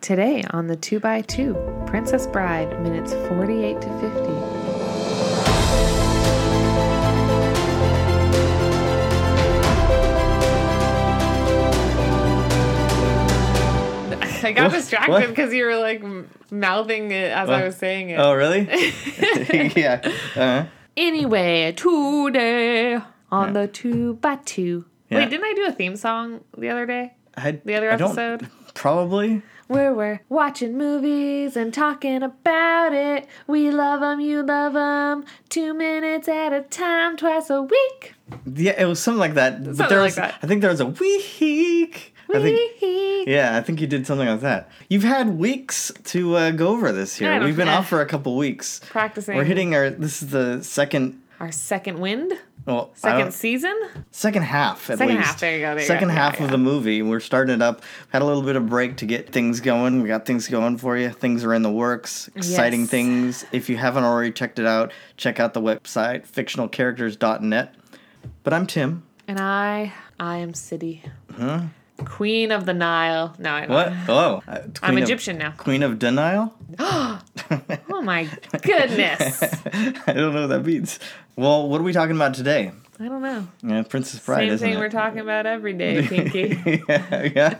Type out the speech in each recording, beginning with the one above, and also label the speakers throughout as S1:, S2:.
S1: today on the 2x2 Princess Bride, minutes 48 to 50. I got
S2: What?
S1: distracted
S2: What?
S1: because you were like m- mouthing it as I
S2: What?
S1: was saying it.
S2: Oh, really? yeah. Uh-huh.
S1: Anyway, today on the two by two.
S2: Yeah.
S1: Wait, didn't I do a theme song the other day?
S2: I,
S1: The other
S2: I don't-
S1: episode?
S2: Probably.
S1: Where we're watching movies and talking about it. We love 'em, you love 'em. Two minutes at a time, twice a week.
S2: Yeah, it was something like that. but
S1: Something
S2: there
S1: like
S2: was,
S1: that.
S2: I think there was a week. I think,
S1: Week.
S2: yeah, I think you did something like that. You've had weeks to uh, go over this
S1: I
S2: year.
S1: don't-
S2: We've been
S1: eh.
S2: off for a couple weeks.
S1: Practicing
S2: We're hitting our. This is the second.
S1: our second wind,
S2: Well, I
S1: second
S2: don't-
S1: season.
S2: second half at
S1: Second
S2: least.
S1: half, there you go, there you
S2: second
S1: go, yeah,
S2: half
S1: yeah.
S2: of the movie. We're starting it up. Had a little bit of break to get things going. We got things going for you. Things are in the works. Exciting
S1: Yes.
S2: things. If you haven't already checked it out, check out the website fictionalcharacters.net. But I'm Tim.
S1: And I, I am City. Queen of the Nile. No, I don't.
S2: What? Oh, uh,
S1: I'm
S2: Queen of-
S1: Egyptian now.
S2: Queen of denial?
S1: Oh my goodness.
S2: I don't know what that means. Well, what are we talking about today?
S1: I don't know.
S2: Yeah, Princess Bride,
S1: Same
S2: isn't
S1: thing
S2: it?
S1: we're talking about every day, Pinky.
S2: yeah,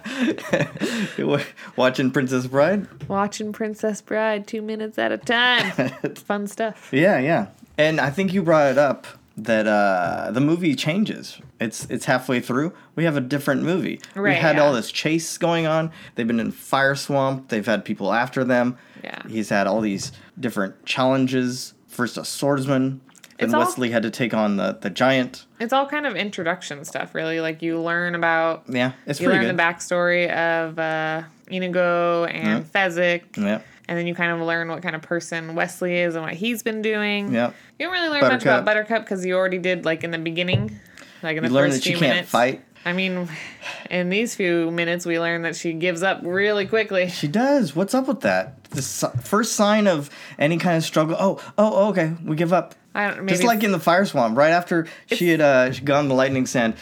S2: yeah. Watching Princess Bride.
S1: Watching Princess Bride two minutes at a time. It's fun stuff.
S2: Yeah, yeah. And I think you brought it up that uh, the movie changes. It's it's halfway through. We have a different movie.
S1: Right,
S2: We've had
S1: yeah.
S2: all this chase going on. They've been in Fire Swamp. They've had people after them.
S1: Yeah.
S2: He's had all these different challenges. First a swordsman. Then
S1: It's all-
S2: Wesley had to take on the, the giant.
S1: It's all kind of introduction stuff, really. Like you learn about
S2: Yeah, it's
S1: you
S2: pretty
S1: learn
S2: good.
S1: the backstory of uh, Inigo and Fezzik,
S2: yeah,
S1: and then you kind of learn what kind of person Wesley is and what he's been doing.
S2: yeah.
S1: You don't really learn much
S2: Buttercup.
S1: about Buttercup because you already did like in the beginning, like in
S2: You
S1: the
S2: learn
S1: first
S2: that she
S1: few
S2: can't
S1: minutes.
S2: fight.
S1: I mean, in these few minutes, we learn that she gives up really quickly.
S2: She does. What's up with that? The si- first sign of any kind of struggle. Oh, oh, okay. We give up.
S1: I don't. Maybe
S2: Just like in the fire swamp, right after she had uh, she'd gone to lightning sand,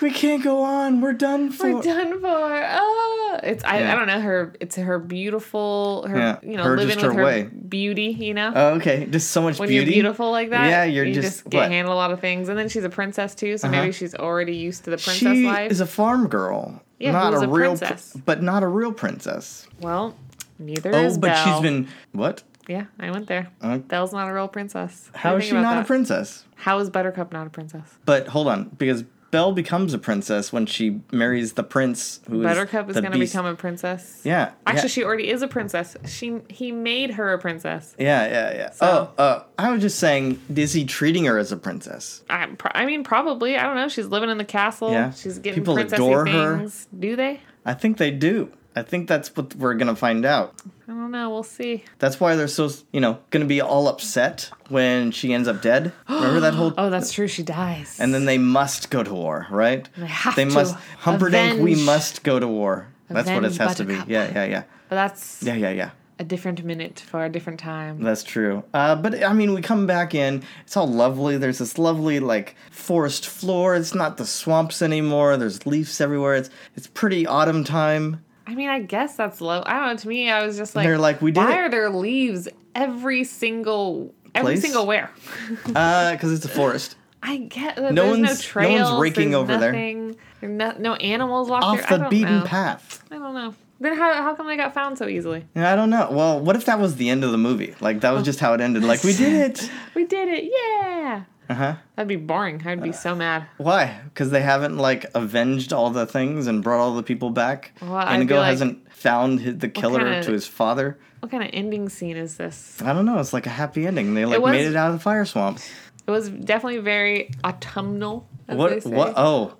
S2: we can't go on. We're done for.
S1: we're done for. Oh, it's I,
S2: Yeah.
S1: I don't know her. It's her beautiful. Her
S2: Yeah,
S1: you know
S2: her-
S1: living
S2: just
S1: with
S2: her
S1: her
S2: way.
S1: beauty. You know
S2: Oh, okay, just so much
S1: when
S2: beauty.
S1: you're beautiful like that.
S2: Yeah, you're
S1: you
S2: just-
S1: just, get
S2: what?
S1: handled a lot of things, and then she's a princess too. So
S2: Uh-huh.
S1: maybe she's already used to the princess
S2: she
S1: life.
S2: is a farm girl,
S1: Yeah,
S2: not
S1: who's
S2: a,
S1: a
S2: real, pr-
S1: princess.
S2: but not a real princess.
S1: well, neither
S2: Oh,
S1: is
S2: but
S1: Belle.
S2: she's been what?
S1: Yeah, I went there.
S2: Uh,
S1: Belle's not a real princess. What do you
S2: How is
S1: think
S2: she
S1: about
S2: not a
S1: that?
S2: princess?
S1: How is Buttercup not a princess?
S2: But hold on, because Belle becomes a princess when she marries the prince who is
S1: Buttercup is
S2: the
S1: going to
S2: beast.
S1: become a princess.
S2: yeah.
S1: Actually,
S2: yeah.
S1: she already is a princess. She he made her a princess.
S2: Yeah, yeah, yeah.
S1: So-
S2: Oh, uh, I was just saying, is he treating her as a princess?
S1: I, pro- I mean, probably. I don't know. She's living in the castle.
S2: Yeah.
S1: She's getting
S2: People
S1: princessy
S2: adore her.
S1: things. Do they?
S2: I think they do. I think that's what we're gonna find out.
S1: I don't know. We'll see.
S2: That's why they're so, you know, gonna be all upset when she ends up dead. Remember that whole.
S1: Oh, that's true. She dies.
S2: And then they must go to war, right?
S1: They have to
S2: must. Humperdinck, we
S1: avenge-
S2: must go to war. That's what it
S1: avenge
S2: has to be.
S1: Buttercup.
S2: Yeah, yeah, yeah.
S1: But that's
S2: Yeah, yeah, yeah.
S1: a different minute for a different time.
S2: That's true. Uh, but I mean, we come back in. It's all lovely. There's this lovely like forest floor. It's not the swamps anymore. There's leaves everywhere. It's it's pretty autumn time.
S1: I mean, I guess that's low. I don't know. To me, I was just like,
S2: They're like, we did
S1: Why
S2: it."
S1: are there leaves every single every
S2: Place?
S1: single where?
S2: Because Uh, it's a forest.
S1: I get that.
S2: No
S1: there's no
S2: one's- no one's
S1: trails.
S2: raking
S1: there's
S2: over there.
S1: nothing, there. No, no animals walk
S2: Off
S1: there. I
S2: the
S1: don't
S2: beaten
S1: know.
S2: path.
S1: I don't know. Then how, how come they got found so easily?
S2: Yeah, I don't know. Well, what if that was the end of the movie? Like
S1: Oh.
S2: that was just how it ended. Like we did it.
S1: We did it! Yeah.
S2: Uh huh.
S1: That'd be boring. I'd be so mad.
S2: Why? Because they haven't like avenged all the things and brought all the people back.
S1: Well, I
S2: Inigo
S1: feel like-
S2: hasn't found his, the killer
S1: kinda-
S2: to his father.
S1: What kind of ending scene is this?
S2: I don't know. It's like a happy ending. They like
S1: was-
S2: made it out of the fire swamp.
S1: It was definitely very autumnal. As They
S2: What?
S1: say.
S2: What? Oh,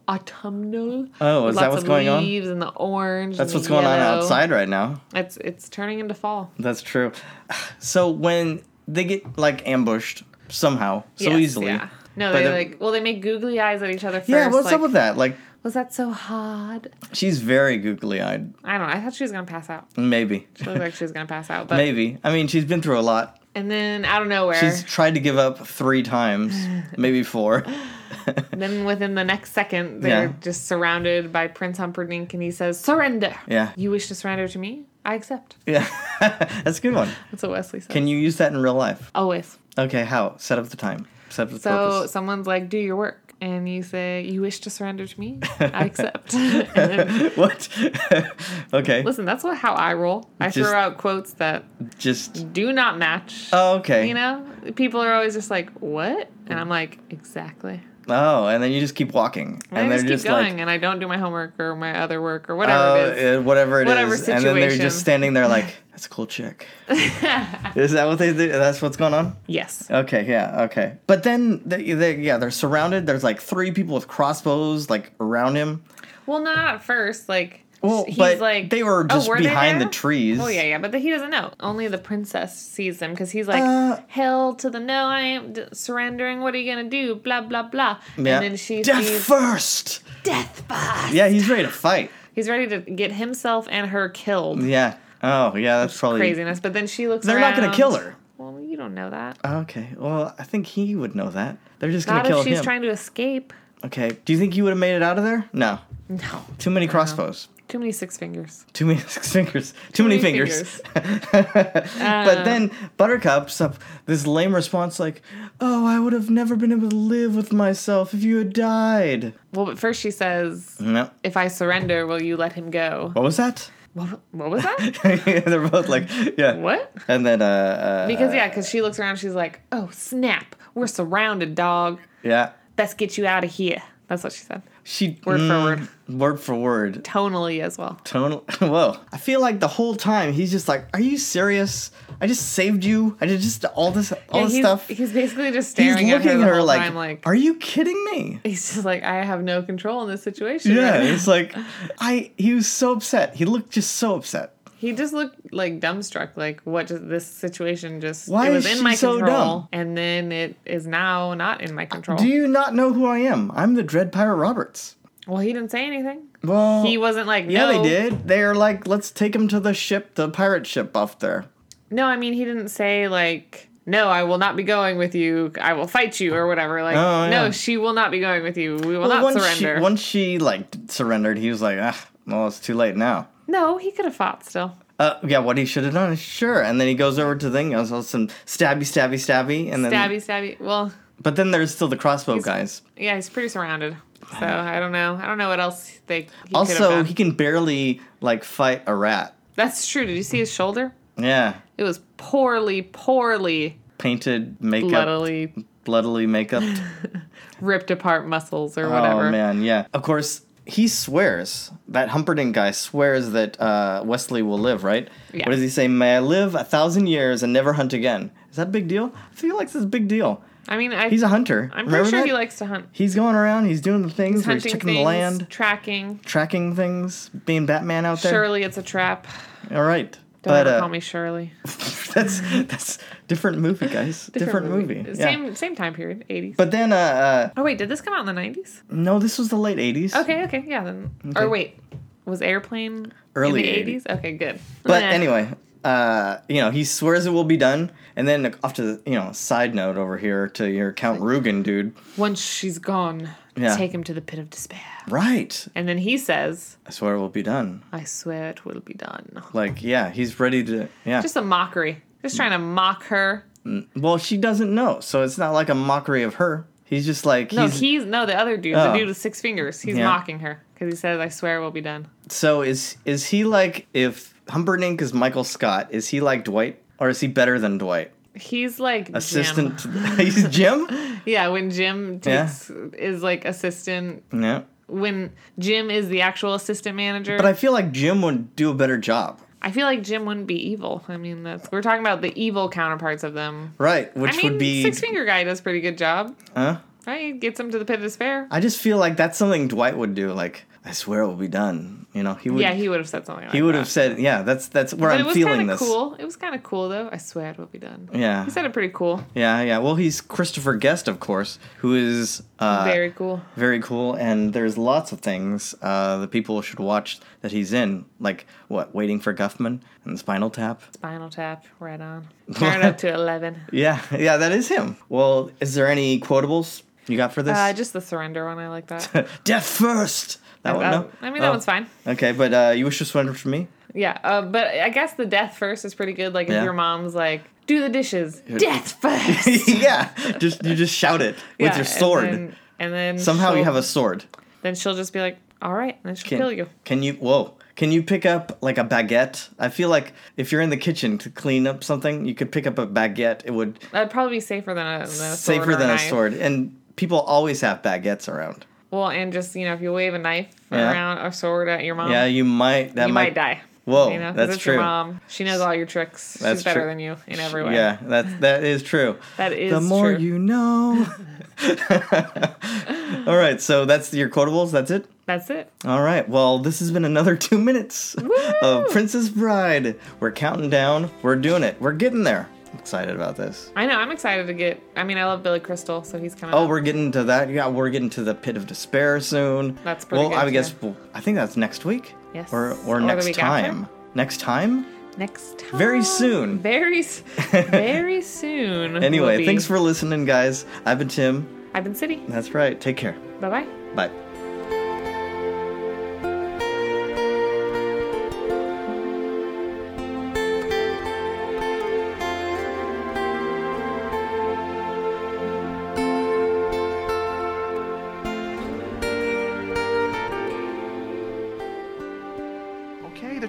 S1: Autumnal.
S2: Oh, is
S1: With
S2: that
S1: lots
S2: what's
S1: of
S2: going on?
S1: Leaves and the orange.
S2: that's
S1: and
S2: what's
S1: the
S2: going on
S1: yellow.
S2: outside right now.
S1: It's it's turning into fall.
S2: That's true. So when they get like ambushed somehow, so
S1: Yes,
S2: easily.
S1: Yeah. No,
S2: by
S1: they
S2: the-
S1: like well, they make googly eyes at each other first.
S2: Yeah, what's
S1: like,
S2: up with that? Like,
S1: Was that so hard?
S2: she's very googly eyed.
S1: I don't know. I thought she was gonna pass out.
S2: Maybe.
S1: She looked like she was gonna pass out. But
S2: Maybe. I mean, she's been through a lot.
S1: and then out of nowhere,
S2: She's tried to give up three times, maybe four.
S1: then within the next second, they're
S2: Yeah.
S1: just surrounded by Prince Humperdinck, and he says, "Surrender."
S2: Yeah.
S1: You wish to surrender to me? I accept.
S2: Yeah, that's a good one.
S1: That's what Wesley said.
S2: Can you use that in real life?
S1: Always.
S2: Okay, how? Set up the time. Set up the
S1: So
S2: purpose.
S1: someone's like, do your work. And you say, you wish to surrender to me? I accept. and then,
S2: what? okay,
S1: listen, that's what, how I roll. I
S2: Just-
S1: throw out quotes that
S2: just.
S1: do not match.
S2: Oh, okay.
S1: You know, people are always just like, what? And I'm like, exactly.
S2: Oh, and then you just keep walking,
S1: And,
S2: and
S1: I
S2: they're
S1: just
S2: just,
S1: keep going
S2: like,
S1: and I don't do my homework or my other work or whatever
S2: oh,
S1: it is.
S2: uh, whatever it is,
S1: Whatever
S2: and then they're
S1: situation.
S2: just standing there like, that's a cool chick. is that what they do? That's what's going on.
S1: yes.
S2: Okay, yeah, okay. But then, they, they, yeah, they're surrounded. There's like three people with crossbows like around him.
S1: Well, not at first. Like,
S2: Well,
S1: he's
S2: but
S1: like
S2: they were
S1: "Oh,
S2: just
S1: they
S2: behind
S1: there?"
S2: the trees.
S1: Oh yeah, yeah, but he doesn't know. Only the princess sees them because he's like,
S2: Uh,
S1: "Hell to the no! I am d- surrendering. What are you gonna do? Blah blah blah."
S2: Yeah.
S1: And then she
S2: death
S1: sees
S2: first.
S1: death. Bus.
S2: Yeah, he's ready to fight.
S1: He's ready to get himself and her killed.
S2: Yeah. Oh, yeah. That's probably
S1: Craziness. But then she looks.
S2: They're not gonna
S1: around.
S2: kill her.
S1: Well, you don't know that.
S2: Okay. Well, I think he would know that. They're just gonna
S1: Not
S2: kill
S1: if she's
S2: him.
S1: trying to escape.
S2: okay. Do you think he would have made it out of there? No.
S1: No,
S2: Too many crossbows.
S1: too many six fingers.
S2: Too many six fingers. Too, many,
S1: many Uh.
S2: fingers. but then Buttercup's up this lame response like, "Oh, I would have never been able to live with myself if you had died."
S1: Well, but first she says,
S2: No.
S1: "If I surrender, will you let him go?"
S2: What was that?
S1: What, what was that?
S2: They're both like, yeah.
S1: what?
S2: And then, uh, uh
S1: Because yeah, because she looks around, she's like, "Oh snap, we're surrounded, dog.
S2: yeah,
S1: Let's get you out of here." That's what she said,
S2: she
S1: Word for
S2: for word, word for word.
S1: tonally as well.
S2: Tonal. Whoa! I feel like the whole time he's just like, "Are you serious? I just saved you. I did just all this, all
S1: Yeah,
S2: this
S1: he's,
S2: stuff."
S1: He's basically just
S2: He's
S1: staring
S2: looking
S1: at her, the whole
S2: like,
S1: time, like
S2: "Are you kidding me?"
S1: he's just like, "I have no control in this situation."
S2: Yeah,
S1: right now."
S2: it's like, I. He was so upset. He looked just so upset.
S1: he just looked like dumbstruck, like what just this situation just
S2: Why
S1: it was
S2: is
S1: in
S2: she
S1: my
S2: so
S1: control,
S2: dumb? Uh,
S1: and then it is now not in my control.
S2: Do you not know who I am? I'm the Dread Pirate Roberts.
S1: well, he didn't say anything.
S2: Well,
S1: He wasn't like,
S2: Yeah,
S1: no,
S2: they did. They're like, let's take him to the ship, the pirate ship off there.
S1: No, I mean he didn't say like no, I will not be going with you. I will fight you or whatever. Like
S2: Oh, yeah.
S1: no, she will not be going with you. We will
S2: Well,
S1: not
S2: once
S1: surrender.
S2: She, once she like surrendered, he was like, ah, well, it's too late now.
S1: no, he could have fought still.
S2: Uh, yeah, what he should have done is sure. And then he goes over to the thing, goes all some stabby, stabby, stabby, and then
S1: Stabby, stabby. Well,
S2: but then there's still the crossbow guys.
S1: yeah, he's pretty surrounded. So I don't know. I don't know what else they. He could have
S2: Also,
S1: done.
S2: he can barely like fight a rat.
S1: that's true. Did you see his shoulder?
S2: Yeah,
S1: It was poorly, poorly,
S2: painted makeup, bloodily,
S1: bloodily
S2: makeup.
S1: ripped apart muscles or
S2: oh
S1: whatever.
S2: man, yeah. Of course, he swears that Humperdinck guy swears that uh, Wesley will live. Right?
S1: Yeah.
S2: What does he say? May I live a thousand years and never hunt again? Is that a big deal? I feel like this is a big deal.
S1: I mean, I,
S2: He's a hunter.
S1: I'm pretty
S2: Remember
S1: sure
S2: that?
S1: he likes to hunt.
S2: He's going around. He's doing the things. He's,
S1: Hunting
S2: checking
S1: things,
S2: the land,
S1: tracking.
S2: tracking things, being Batman out there.
S1: Surely it's a trap.
S2: All right.
S1: Don't
S2: but
S1: ever
S2: uh,
S1: call me Shirley.
S2: that's that's different movie, guys. different, movie. Yeah.
S1: Same same time period, eighties.
S2: But then, uh, uh,
S1: oh wait, did this come out in the nineties?
S2: no, this was the late '80s.
S1: Okay, okay, yeah. Then or wait, was Airplane
S2: Early
S1: in the
S2: 80s.
S1: Okay, good.
S2: But
S1: Nah.
S2: anyway, uh, you know, he swears it will be done. And then off to the, you know, side note over here to your Count Rugen dude.
S1: once she's gone,
S2: Yeah.
S1: take him to the pit of despair.
S2: Right.
S1: And then he says,
S2: I swear it will be done.
S1: "I swear it will be done."
S2: Like, yeah, he's ready to, yeah.
S1: Just a mockery. Just trying to mock her.
S2: well, she doesn't know. So it's not like a mockery of her. He's just like,
S1: No,
S2: he's,
S1: he's no the other dude,
S2: Oh.
S1: the dude with six fingers. He's
S2: Yeah.
S1: mocking her because he says, "I swear it will be done."
S2: so is, is he like, if Humperdinck is Michael Scott, is he like Dwight or is he better than Dwight?
S1: He's like Jim.
S2: Assistant, he's Jim?
S1: Yeah, when Jim
S2: Yeah.
S1: takes is like assistant
S2: Yeah.
S1: when Jim is the actual assistant manager.
S2: But I feel like Jim would do a better job.
S1: I feel like Jim wouldn't be evil. I mean, that's we're talking about the evil counterparts of them.
S2: Right. Which
S1: I mean,
S2: would be,
S1: Six Finger Guy does a pretty good job,
S2: huh?
S1: right? He gets him to the pit of despair.
S2: I just feel like that's something Dwight would do. Like, I swear it will be done. You know, he would.
S1: yeah, he would have said something. Like
S2: he would
S1: that.
S2: have said, "Yeah, that's that's where
S1: But it
S2: I'm
S1: was
S2: feeling
S1: kinda
S2: this."
S1: cool. It was kind of cool, though. I swear it will be done.
S2: Yeah.
S1: He said it pretty cool.
S2: Yeah, yeah. Well, he's Christopher Guest, of course, who is uh,
S1: Very cool.
S2: very cool, and there's lots of things uh, that people should watch that he's in, like what Waiting for Guffman and Spinal Tap.
S1: Spinal Tap, right on. Turn it up to eleven.
S2: Yeah, yeah, that is him. Well, is there any quotables you got for this?
S1: Uh, just the surrender one. I like that. Uh,
S2: Death first. That one, no.
S1: I mean, that
S2: Oh,
S1: one's fine.
S2: Okay, but uh, you wish to surrender for me.
S1: Yeah, uh, but I guess the death first is pretty good. Like if
S2: Yeah.
S1: your mom's like, "Do the dishes, death first."
S2: yeah, just you just shout it with
S1: Yeah,
S2: your sword.
S1: And then, and then
S2: Somehow you
S1: she'll-
S2: have a sword.
S1: Then she'll just be like, "All right," and then she'll
S2: Can
S1: kill you.
S2: Can you? Whoa. Can you pick up like a baguette? I feel like if you're in the kitchen to clean up something, you could pick up a baguette. It would
S1: That'd probably be safer than a, than a sword or
S2: safer than a
S1: knife.
S2: sword. And people always have baguettes around.
S1: Well, and just you know, if you wave a knife
S2: Yeah.
S1: around or sword at your mom,
S2: yeah, you might. That
S1: Oh. you might, die.
S2: Whoa,
S1: you know, 'cause
S2: that's
S1: it's
S2: true.
S1: Your mom, she knows all your tricks.
S2: That's
S1: She's better
S2: true.
S1: than you in every way.
S2: Yeah, that's that is true.
S1: that is
S2: the more
S1: true.
S2: you know. All right, so that's your quotables. That's it.
S1: That's it.
S2: All right. Well, this has been another two minutes of Princess Bride. We're counting down. We're doing it. We're getting there. Excited about this.
S1: I know. I'm excited to get. I mean, I love Billy Crystal, so he's coming.
S2: Oh,
S1: up.
S2: we're getting to that. Yeah, we're getting to the pit of despair soon.
S1: That's pretty
S2: Well,
S1: good,
S2: I
S1: too.
S2: guess well, I think that's next week.
S1: Yes.
S2: Or or,
S1: Or the
S2: next
S1: week after?
S2: time. Next time.
S1: next time.
S2: Very soon.
S1: Very, s- very soon. will
S2: Anyway,
S1: be.
S2: thanks for listening, guys. I've been Tim.
S1: I've been City.
S2: That's right. Take care.
S1: Bye bye.
S2: Bye.
S3: Okay, they're